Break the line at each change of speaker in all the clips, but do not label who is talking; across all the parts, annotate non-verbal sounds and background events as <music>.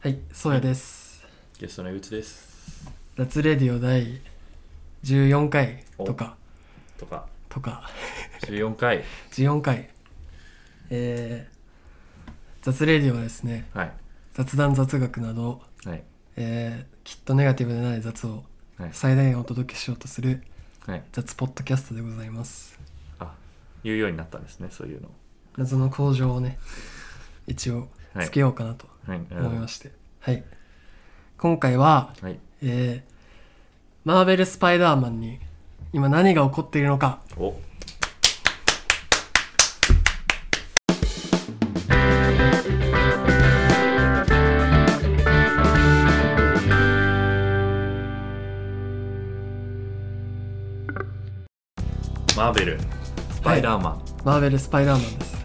はい、そうやです。
ゲストの井口です。
脱レディオ第14回とか、
とか、
とか、
14回。
14回。えー、雑レディオはですね、
はい。
雑談雑学など、
はい。
えー、きっとネガティブでない雑を
はい。
最大限お届けしようとする
はい。
雑ポッドキャストでございます。
あ、言うようになったんですね、そういうの。
謎の工場をね、一応
はい
つけようかなと
はい。
思いま
し
して。はい。今回は、
た。はい。
えー、マーベル・スパイダーマンに今何が起こっているのか、
おマーベル、スパイダーマン、
マーベル・スパイダーマンです。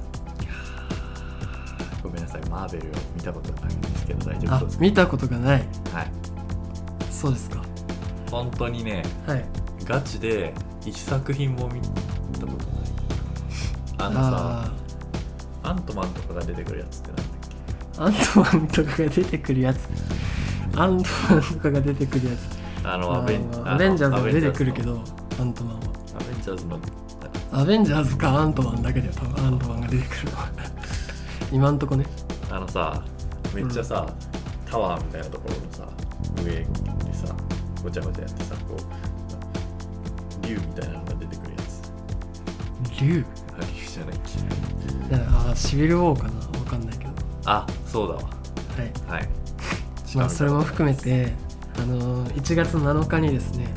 ごめんなさい、マーベルを見たことないんですけど、大丈
あ
夫です
見たことがない
かはい。
そうですか
本当にね、
はい
ガチで一作品も見たことない。あのさ、
あ
アントマンとかが出てくるやつってなんだっけ
ーアントマンとかが出てくるやつアントマンとかが出てくるやつ
あ
あ
のアベン
ーアベンジャーズ
も
も出てくるけどアントマンは
アベンジャーズの
アベンジャーズかアントマンだけだよ多分アントマンが出てくるのは <laughs> 今んとこね
あのさめっちゃさ、タワーみたいなところのさ上にさごちゃごちゃやってさこう竜みたいなのが出てくるやつ
竜
あ竜じゃないっけ
だからあーシビルウォーかなわかんないけど
あそうだわ
はい
はい
まあそれも含め
て
てあのー1月7日にですね
はい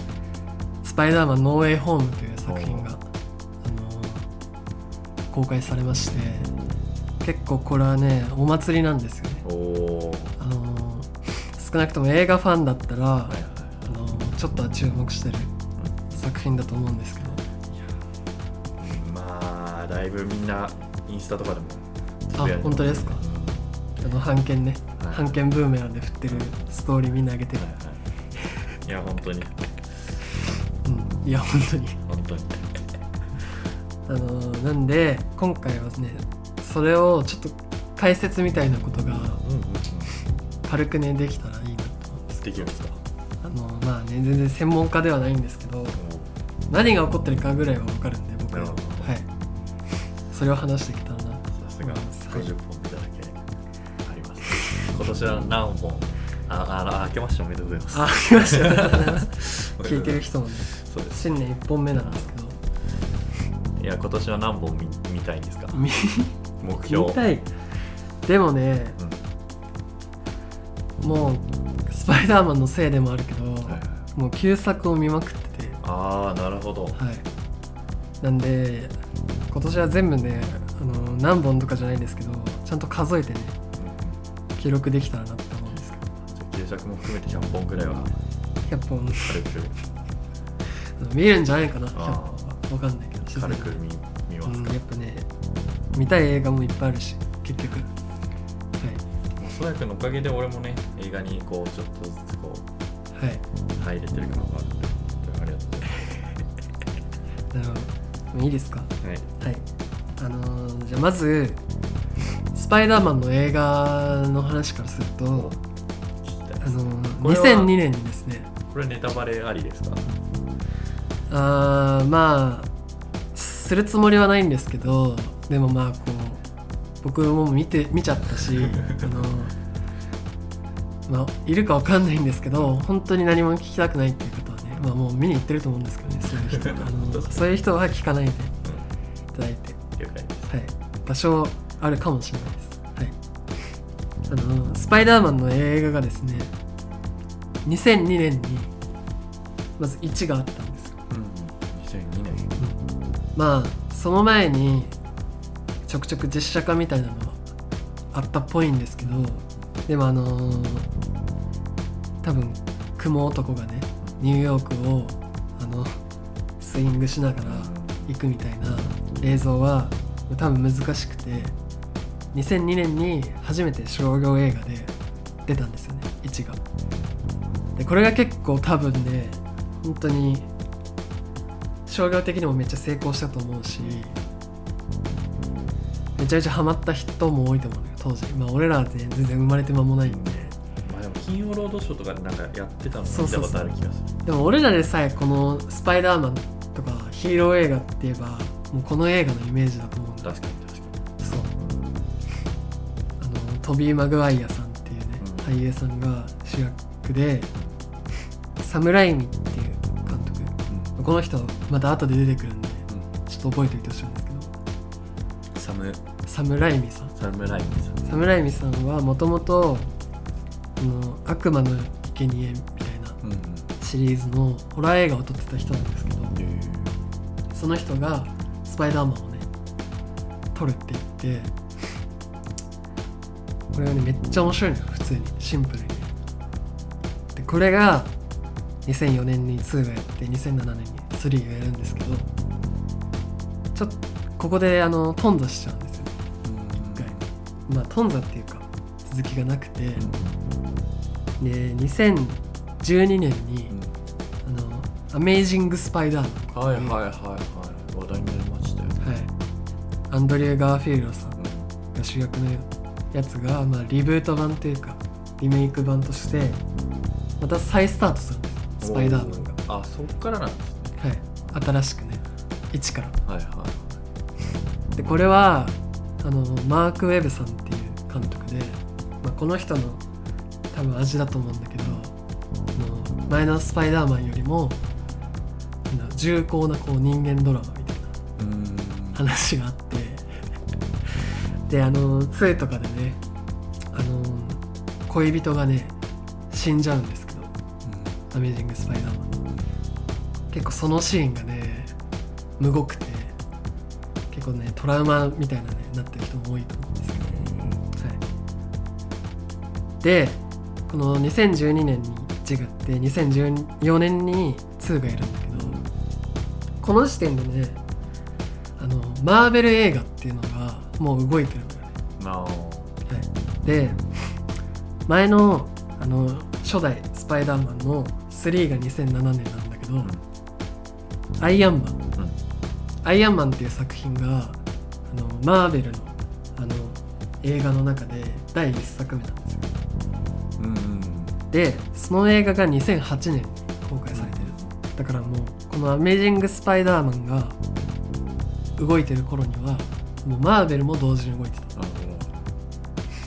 「スパイダーマンノーウェイホーム」という作品が、あのー公開されまして結構これはねお祭りなんですよね、
おおー
あのー少なくとも映画ファンだったら、
はい
あのーちょっとは注目してる作品だと思うんですけど
はいまあだいぶみんなインスタとかでも
あ本当ですかあの版権ね
はい
版権ブーメランで振ってるストーリーみんな上げてる
はい、はい、いや本当に
うん、いや本当に
本当に
あのーなんで今回はねそれをちょっと解説みたいなことが
うんうんうん
軽くねできたらいいなと思うんです
できるんですか
あのまあね全然専門家ではないんですけど何が起こってるかぐらいは分かるんで僕は
なるほど
はいそれを話していけたらな
さすが50本見ただけあります今年は何本あああ明けましておめでとうございます
あ来ましたありがとうございます聞いてる人もね
そうです
新年1本目なんですけど
いや今年は何本見見たいんですか
見
目標
見たいでもね
うん
もう「スパイダーマン」のせいでもあるけど、
はいはい
もう旧作を見まくってて
ああなるほど
はいなんで今年は全部ねあの何本とかじゃないですけどちゃんと数えてね
うんうん
記録できたらなって思うんですけど
じゃあ旧作も含めて100本ぐらいは
100本
軽く
見るんじゃないかな100
あ
本は分かんないけど自然
軽
に
く見見
う
ます
ん
か、
やっぱね見たい映画もいっぱいあるし結局はい
もうそらくんのおかげで俺もね映画にこうちょっとずつこう
はい
入れてる感があって本当にありがとうございま
なるほどもういいですか
すはい
はいあのーじゃあまず「スパイダーマン」の映画の話からすると、
聞きたいで
あ
す
のー
これは
2002年にですね
これネタバレありですか
あーまあするつもりはないんですけどでもまあこう僕も見て見ちゃったしあの、まあ、いるかわかんないんですけど本当に何も聞きたくないっていう方はね、まあ、もう見に行ってると思うんですけどねそういう人あのそういう人は聞かないでいただいて、
了解です
はい、多少あるかもしれないです、はい、あのスパイダーマンの映画がですね2002年にまず1があったんですよ
うん2002年
まあその前にちょくちょく実写化みたいなのはあったっぽいんですけどでもあのー多分雲男がねニューヨークをあのスイングしながら行くみたいな映像は多分難しくて2002年に初めて商業映画で出たんですよね1が。でこれが結構多分ね本当に商業的にもめっちゃ成功したと思うしめちゃめちゃハマった人も多いと思うのよ当時まあ俺らは全然生まれて間もないんで
まあでも金曜ロードショーとかでなんかやってたの見
そう
た
そうそう
ことある気がする
でも俺らでさえこの「スパイダーマン」とかヒーロー映画って言えばもうこの映画のイメージだと思うんだ
確かに確か
そうあのトビー・マグワイアさんっていうね、
うん
俳優さんが主役でサムライミっていう監督
に、
この人また後で出てくるんで
うん
ちょっと覚えておいてほしいんですけど
サム
サムライミさん
サムライミさん
サムライミさんはもともとあの「悪魔の生贄みたいな
うん
シリーズのホラー映画を撮ってた人なんですけどその人がスパイダーマンをね撮るって言ってこれがねめっちゃ面白いのよ普通にシンプルにでこれが2004年に2がやって2007年に3がやるんですけどちょっとここであの頓挫しちゃうんですよね一回まあ頓挫っていうか続きがなくてで2012年にあの「アメイジング・スパイダーマン」
はいはいはいはい話題になりましたよ、
はい、アンドリュー・ガーフィールドさんが主役のやつが、まあ、リブート版というかリメイク版としてまた再スタートするんですスパイダーマンが、
があそっからなんですね
はい、新しくね一から
はいはい
でこれはあのマーク・ウェブさんっていう監督で、まあ、この人の多分味だと思うんだけどあの前の「スパイダーマン」よりもあの重厚なこう人間ドラマみたいな
うん
話があってであの杖とかでねあの恋人がね死んじゃうんですけど「アメージング・スパイダーマン」結構そのシーンがねむごくて結構ねトラウマみたいなねなってる人も多いと思うんですけど、はい、でこの2012年に1があって2014年に2がいるんだけどこの時点でねあのマーベル映画っていうのがもう動いてるんだよね
なあ
はい、で前のあの初代スパイダーマンの3が2007年なんだけど、
ん
アイアンマン
うん
アイアンマンっていう作品があのマーベルのあの映画の中で第1作目なんですよ
うんうん
でその映画が2008年に公開されてるだからもうこの「アメージング・スパイダーマン」が動いてる頃にはもうマーベルも同時に動いてた
なる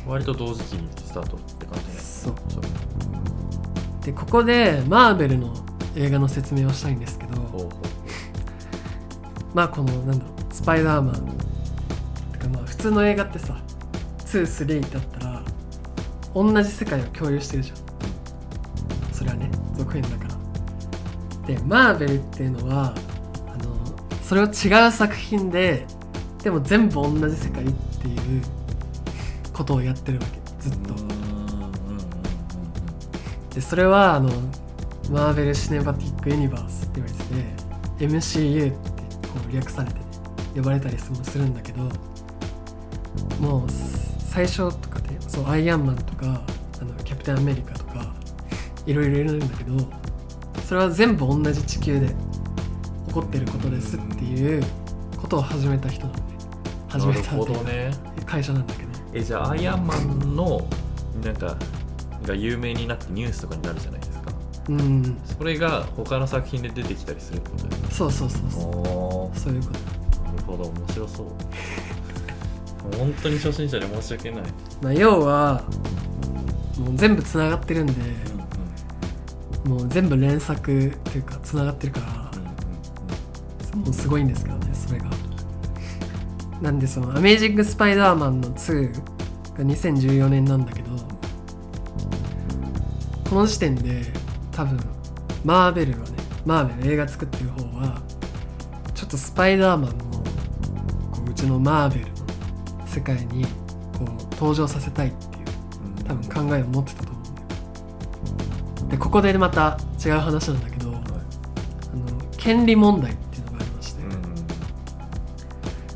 ほど割と同時期にスタートって感じね
そう
そう
でここでマーベルの映画の説明をしたいんですけ
ほう
ど
ほ
まあこのなんだろうスパイダーマンてかまあ普通の映画ってさ23だったら同じ世界を共有してるじゃんそれはね続編だからでマーベルっていうのはあのそれを違う作品ででも全部同じ世界っていうことをやってるわけずっ
う
と
うんうんうん
でそれはあのマーベル・シネマティック・ユニバースって言われてて MCU ってこう略されてね呼ばれたりもするんだけどもう最初とかでそうアイアンマンとかあのキャプテン・アメリカとかいろいろいるんだけどそれは全部同じ地球で起こってることですっていうことを始めた人なんで始めた
なるほどね
会社なんだけど
えじゃあアイアンマンのなんかが有名になってニュースとかになるじゃないですか
うん
それが他の作品で出てきたりするってことですね
そうそうそうそ
お
うそういうこと
なるほど面白そう本当に初心者で申し訳ない、
まあ、要はもう全部つながってるんで
うんうん
もう全部連作っていうかつながってるからもうすごいんですけどねそれがなんでその「アメージング・スパイダーマン」の2が2014年なんだけどこの時点で多分マーベルはねマーベル映画作ってる方はちょっとスパイダーマンをこううちのマーベルの世界にこう登場させたいっていう多分考えを持ってたと思うんだよでここでまた違う話なんだけどあの権利問題っていうのがありまして、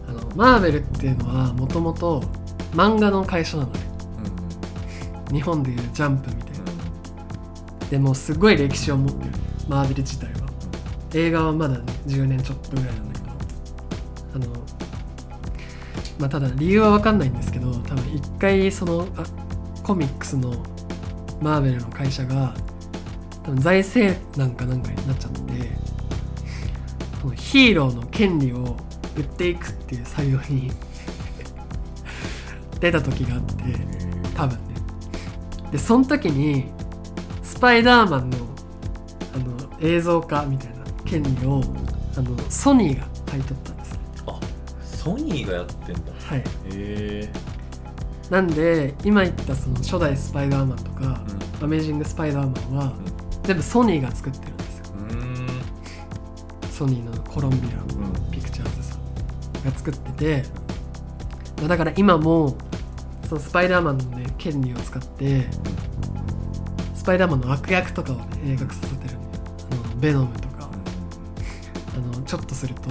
あのマーベルっていうのはもともと漫画の会社なのね日本でいうジャンプみたいなでもうすごい歴史を持ってるマーベル自体は映画はまだね10年ちょっとぐらいなんだけどあのまあ、ただ理由は分かんないんですけど多分一回そのあコミックスのマーベルの会社が多分財政なんかなんかになっちゃってそのヒーローの権利を売っていくっていう作業に出た時があって多分ねでその時にスパイダーマンのあの映像化みたいな権利をあのソニーが買い取ったんですね
あソニーがやってんだ
はい
へえ
なんで今言ったその初代スパイダーマンとか、アメージング・スパイダーマンは全部ソニーが作ってるんですよ
うんうん
ソニーのコロンビア
うん
ピクチャーズさんが作っててまあだから今もそのスパイダーマンのね権利を使ってスパイダーマンの悪役とかを、ね、映画化させてるあのベノムとかあのちょっとすると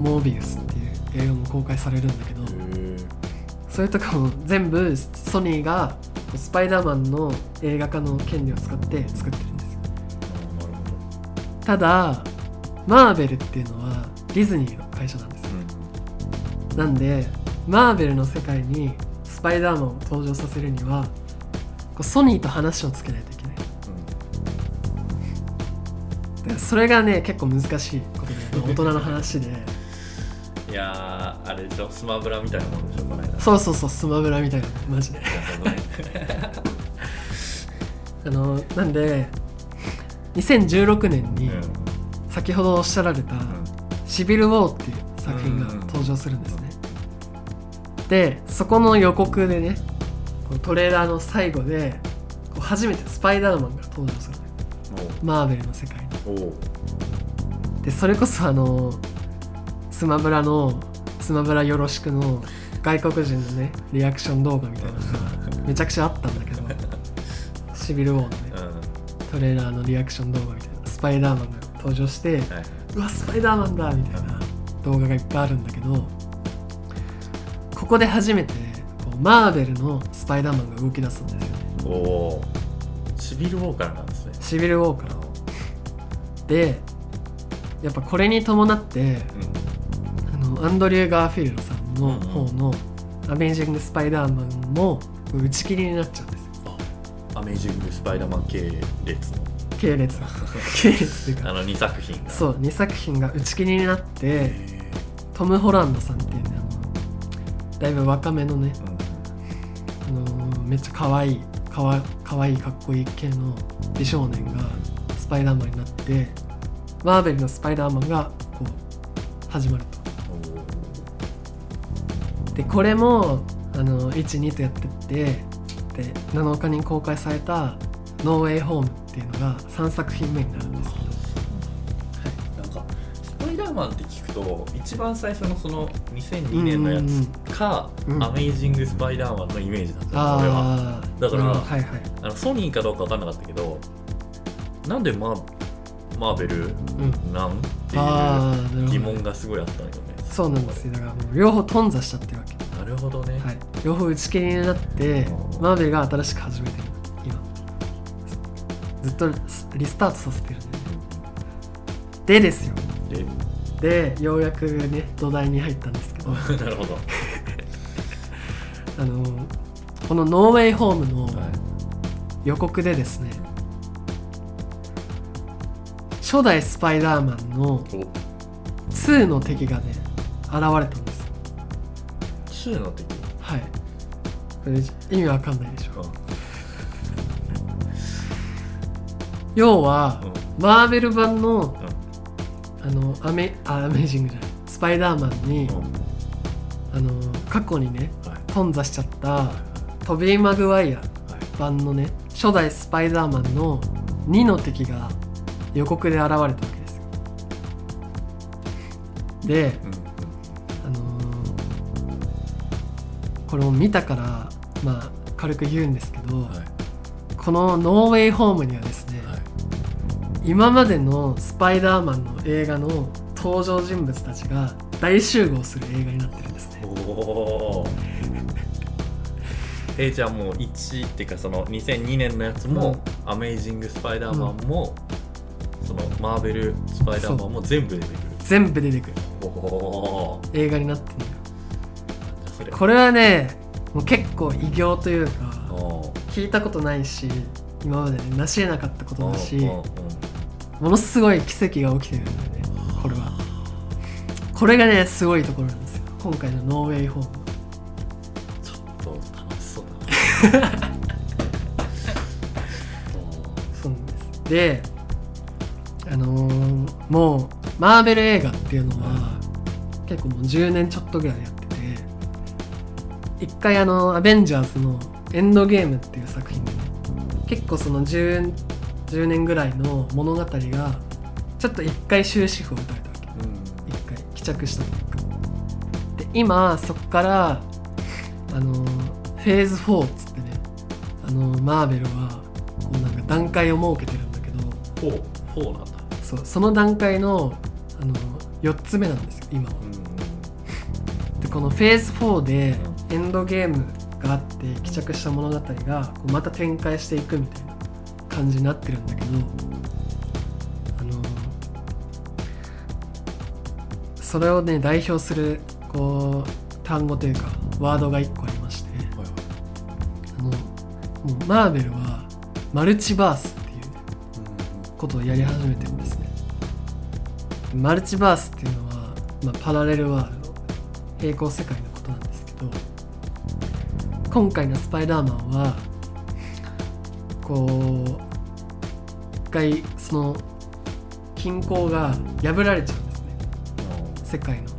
モービウスっていう映画も公開されるんだけど
へえ
それとかも全部ソニーがスパイダーマンの映画化の権利を使って作ってるんですよ
あなるほど
ただマーベルっていうのはディズニーの会社なんですよ
う
なんでマーベルの世界にスパイダーマンを登場させるにはこうソニーと話をつけないといけない
んう
だ
ん
からそれがね結構難しいことでまあ大人の話
<laughs>
で
いやーあれでしょスマブラみたいなもんでしょこの間
そうそうそうスマブラみたいなマジで
うなるほどね
あのなんで2016年
う
に
ん
先ほどおっしゃられた
うん
「シビル・ウォー」っていう作品が登場するんですねでそこの予告でねこうトレーラーの最後でこう初めてスパイダーマンが登場するのよマーベルの世界に
おうおう
でそれこそあのスマブラの「スマブラよろしく」の外国人のねリアクション動画みたいなのがめちゃくちゃあったんだけどシビル・ウォーのね
うんは
トレーラーのリアクション動画みたいなスパイダーマンが登場して
いはいう
わスパイダーマンだみたいな動画がいっぱいあるんだけどここで初めてこうマーベルのスパイダーマンが動き出すんですよね
おおシビルウォーカーなんですね
シビル・ウォーカーをでやっぱこれに伴ってあのアンドリュー・ガーフィールドさんの方の「アメージング・スパイダーマン」も打ち切りになっちゃうんですよ
アメージング・スパイダーマン系列の
系列 <laughs> が系列っていう
あ
か
の2作品が
そう2作品が打ち切りになって
へ
トム・ホランドさんっていうねあのだいぶ若めのね
ーうん
あのーめっちゃ可愛いかわ可愛いかっこいい系の美少年がスパイダーマンになってマーベルのスパイダーマンがこう始まる
おー
とでこれも、あのー12とやってってで7日に公開された「ノーウェイホーム」っていうのが3作品目になるんですけど
なんかスパイダーマンって聞くと一番最初のその2002年のや
うんうん
つか、
うん
アメイジング・スパイダーマンのイメージだったの俺は
ああ
だから
はいはい
あのソニーかどうか分かんなかったけどなんでマーマーベル
うん
なんって
あ
い
あなる
う
ほ
疑
ど
問がすごいあったんよね
そうなんですよだからもう両方頓挫しちゃってるわけ
なるほどね、
はい、両方打ち切りになってマーベルが新しく始めてる今ずっとリスタートさせてるんでねでですよ
で <laughs>
でようやくね土台に入ったんですけど
なるほど、
あのこの「ノーウェイホーム」の
はい
予告でですね初代スパイダーマンの
お
2の敵がね現れたんですよ
2の敵
はいこれ意味わかんないでしょ要は
うん
マーベル版の
うん
あのアメあアメージングじゃないスパイダーマンに、
うん
あの過去にね
はい
頓挫しちゃったトビー・マグワイア
はい
版のね初代スパイダーマンの2の敵が予告で現れたわけですよで、
うん
あのーこれを見たからまあ軽く言うんですけど、
うんはい
この「ノーウェイホーム」にはですね、
はい
今までのスパイダーマンの映画の登場人物たちが大集合する映画になってるんですね
おおえー、じゃあもう1っていうかその2002年のやつも「アメイジング・スパイダーマンも」そのマーベル・スパイダーマンも全部出てくる
全部出てくる
おお
映画になってるのよ
それ
これはねもう結構偉業というか
おー
聞いたことないし今までね成し得なかったことだし
おー
も
おーおー
のすごい奇跡が起きてるんだよねこれはこれがねすごいところなんですよ今回のノーウェイホーム
ちょっと楽しそうだな
そうなんですであのーもうマーベル映画っていうのは結構もう10年ちょっとぐらいやってて一回あの「アベンジャーズ」の「エンドゲーム」っていう作品でね結構その 10, 10年ぐらいの物語がちょっと一回終止符を打たれたわけ
うん
一回帰着したというかで今そっからあのフェーズ4っつってねあのマーベルはこうなんか段階を設けてるんだけど
フォーフォーなんだ
そうその段階のあの4つ目なんですよ今は
うん
でこのフェーズ4でエンドゲームがあって帰着した物語がこうまた展開していくみたいな感じになってるんだけどあのそれをね代表するこう単語というかワードが1個ありまして
はいはい
あのもうマーベルはマルチバースっていうことをやり始めてるんですねマルチバースっていうのは、まあ、パラレルワールド平行世界のことなんですけど今回の「スパイダーマンは」こう一回その均衡が破られちゃうんですね世界の
はい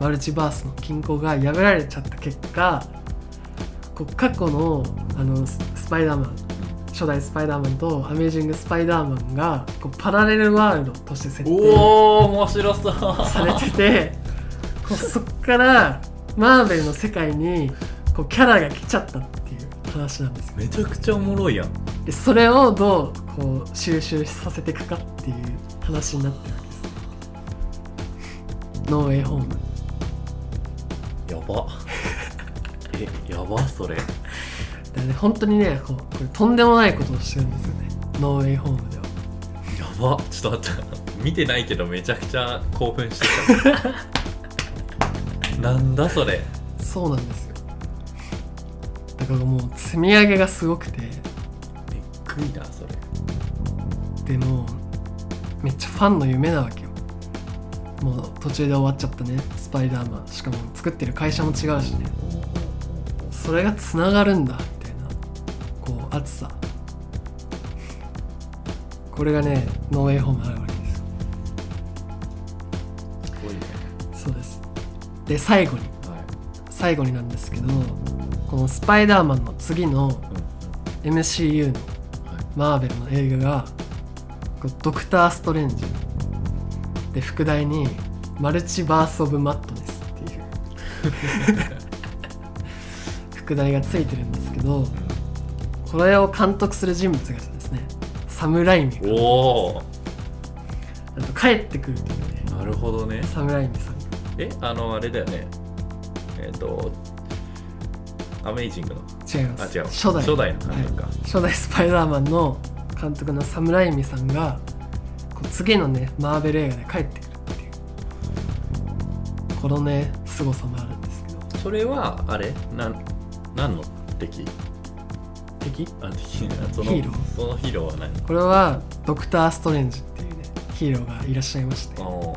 マルチバースの均衡が破られちゃった結果こう過去のあのススパイダーマン初代スパイダーマンとアメージング・スパイダーマンがこうパラレルワールドとして設定
おお面白そう <laughs>
されててこうそっからマーベルの世界にこうキャラが来ちゃったっていう話なんですよ
めちゃくちゃおもろいやん
でそれをどうこう収集させていくかっていう話になってるわけですねノーウェイホーム
やば <laughs> えやばそれ
だからね本当にねこうこれとんでもないことをしてるんですよねノーウェイホームでは
やばちょっと待って見てないけどめちゃくちゃ興奮してたなんだそれ
そうなんですよだからもう積み上げがすごくて
びっくりなそれ
でもうめっちゃファンの夢なわけよもう途中で終わっちゃったねスパイダーマンしかも作ってる会社も違うしねそれがつながるんだみたいなこう熱さこれがねノーウェイホームあるわけですよ
すごいね
そうですで最後に
はい
最後になんですけどこの「スパイダーマン」の次の
うん
MCU の
はい
マーベルの映画がこうドクター・ストレンジで副題に「マルチバース・オブ・マットネス」っていう
<laughs>
副題がついてるんですけどこれを監督する人物がですねサム・ライミ
うん
が
おお
あと帰ってくるというね
なるほどね
サム・ライミさんが
えあのあれだよねえっ、とアメイジングの
違いま
あ
す
違う
初代
初代の監督か、
初代スパイダーマンの監督のサム・ライミさんがこう次のねマーベル映画で帰ってくるっていうこのね凄さもあるんですけど
それはあれなん何の敵敵あ敵その
ヒーロー
そのヒーローは何
これはドクター・ストレンジっていうねヒーローがいらっしゃいまして
あの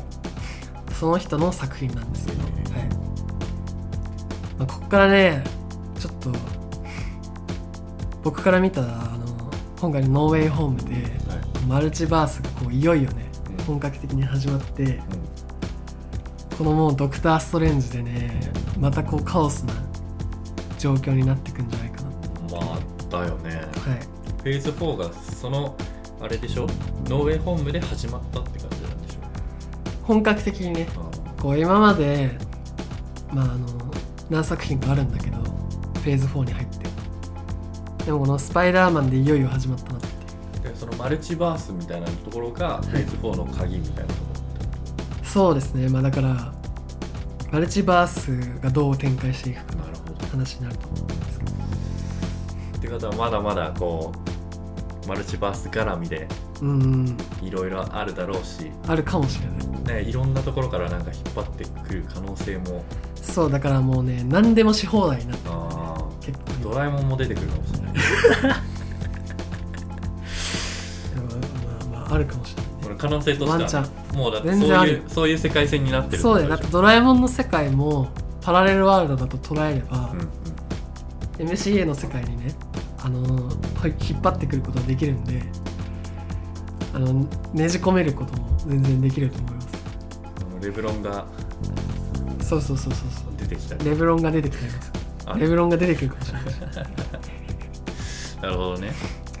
その人の作品なんですけど、はいまあ、ここからねちょっと僕から見たあの今回の「ノーウェイホーム」で
はい
マルチバースがこういよいよね
うん
本格的に始まって
うん
このもうドクター・ストレンジでねまたこうカオスな状況になってくんじゃないかなは
まあだよね
い
フェーズ4がそのあれでしょノーウェイホームで始まったって感じなんでしょ
本格的にね
あ
こう今までまああの何作品かあるんだけどフェーズ4に入ってでもこの「スパイダーマン」でいよいよ始まったなって
ーでそのマルチバースみたいなところがフェーズ4の鍵みたいなとこ
そうですねまあだからマルチバースがどう展開していくか
ろ
の
なるほど
話になると思うんですけど
ってことはまだまだこうマルチバース絡みで
うん
いろいろあるだろうし、
あるかもしれない
ね、いろんなところからなんか引っ張ってくる可能性も
そうだからもうね何でもし放題になって
ああ
結構
ド
今
ラえもんも出てくるかもしれない
まあまああるかもしれない
これ可能性と
ワン
し
チ
て
ャ
は
ン
もうだって
全然
そ
あ
う
る
いうそういう世界線になってるって
そ
こ
う
と
だ
で
よだ
しょ
ってドラえもんの世界もパラレルワールドだと捉えれば、
うんうん
MCA の世界にね、あのはい引っ張ってくることができるんであのねじ込めることも全然できると思いま
あのレブロンが
すそうそうそうそうそ
出てきた
う
り
レブロンが出てきてます
あ
レブロンが出てくるかもしれないしは
なるほどね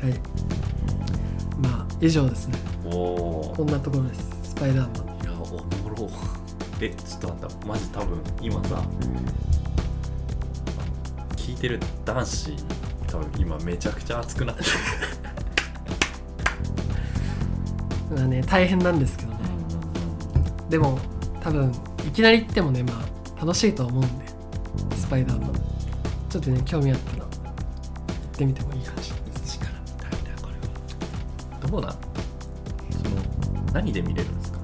いまあ以上ですね
おお
こんなところですスパイダーマン
いやおもろえちょっと待ったマジ多分今さ聞いてる男子多分今めちゃくちゃ熱くなってる、
まあね大変なんですけどねでも多分いきなり行ってもねまあ楽しいとは思うんでスパイダーマンちょっとね興味あったら行ってみてもいいかもしれないです
力みたいなこれはどうなんその何で見れるんですか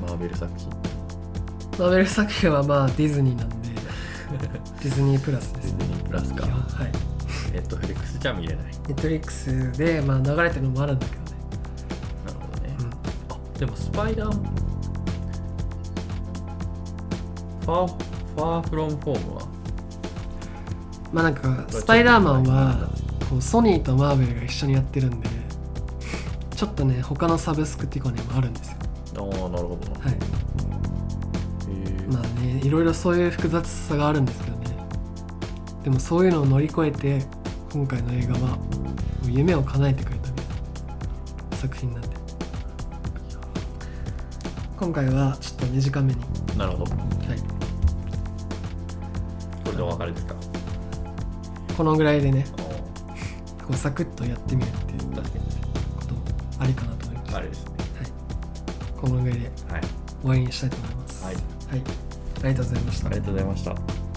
マーベル作品
マーベル作品はまあディズニー
<laughs>
なんでディズニープラスで
デ
す
ィ
ね
ズニープラスか
基本はい
ネットフリックスじゃ見れない
ネットリックスでまあ流れてるのもあるんだけどね、
なるほどね、あでもスパイダーファーファーフロンフォームは
まあなんかスパイダーマンはこうソニーとマーベルが一緒にやってるんでちょっとね他のサブスクっていうかねもあるんですよ
ああなるほ
は
ど、
い
え
まあねいろいろそういう複雑さがあるんですけどねでもそういうのを乗り越えて今回の映画はもう夢を叶えてくれたみたいな作品なんで今回はちょっと短めに
なるほど
はい
これでお別れですか
このぐらいでね
あ
こうサクッとやってみるっていう
あ確か
こともありかなと思います
に
は
あ
い
れですね
このぐらいで
はい
終わりにしたいと思います
はい、
はい、ありがとうございました
ありがとうございました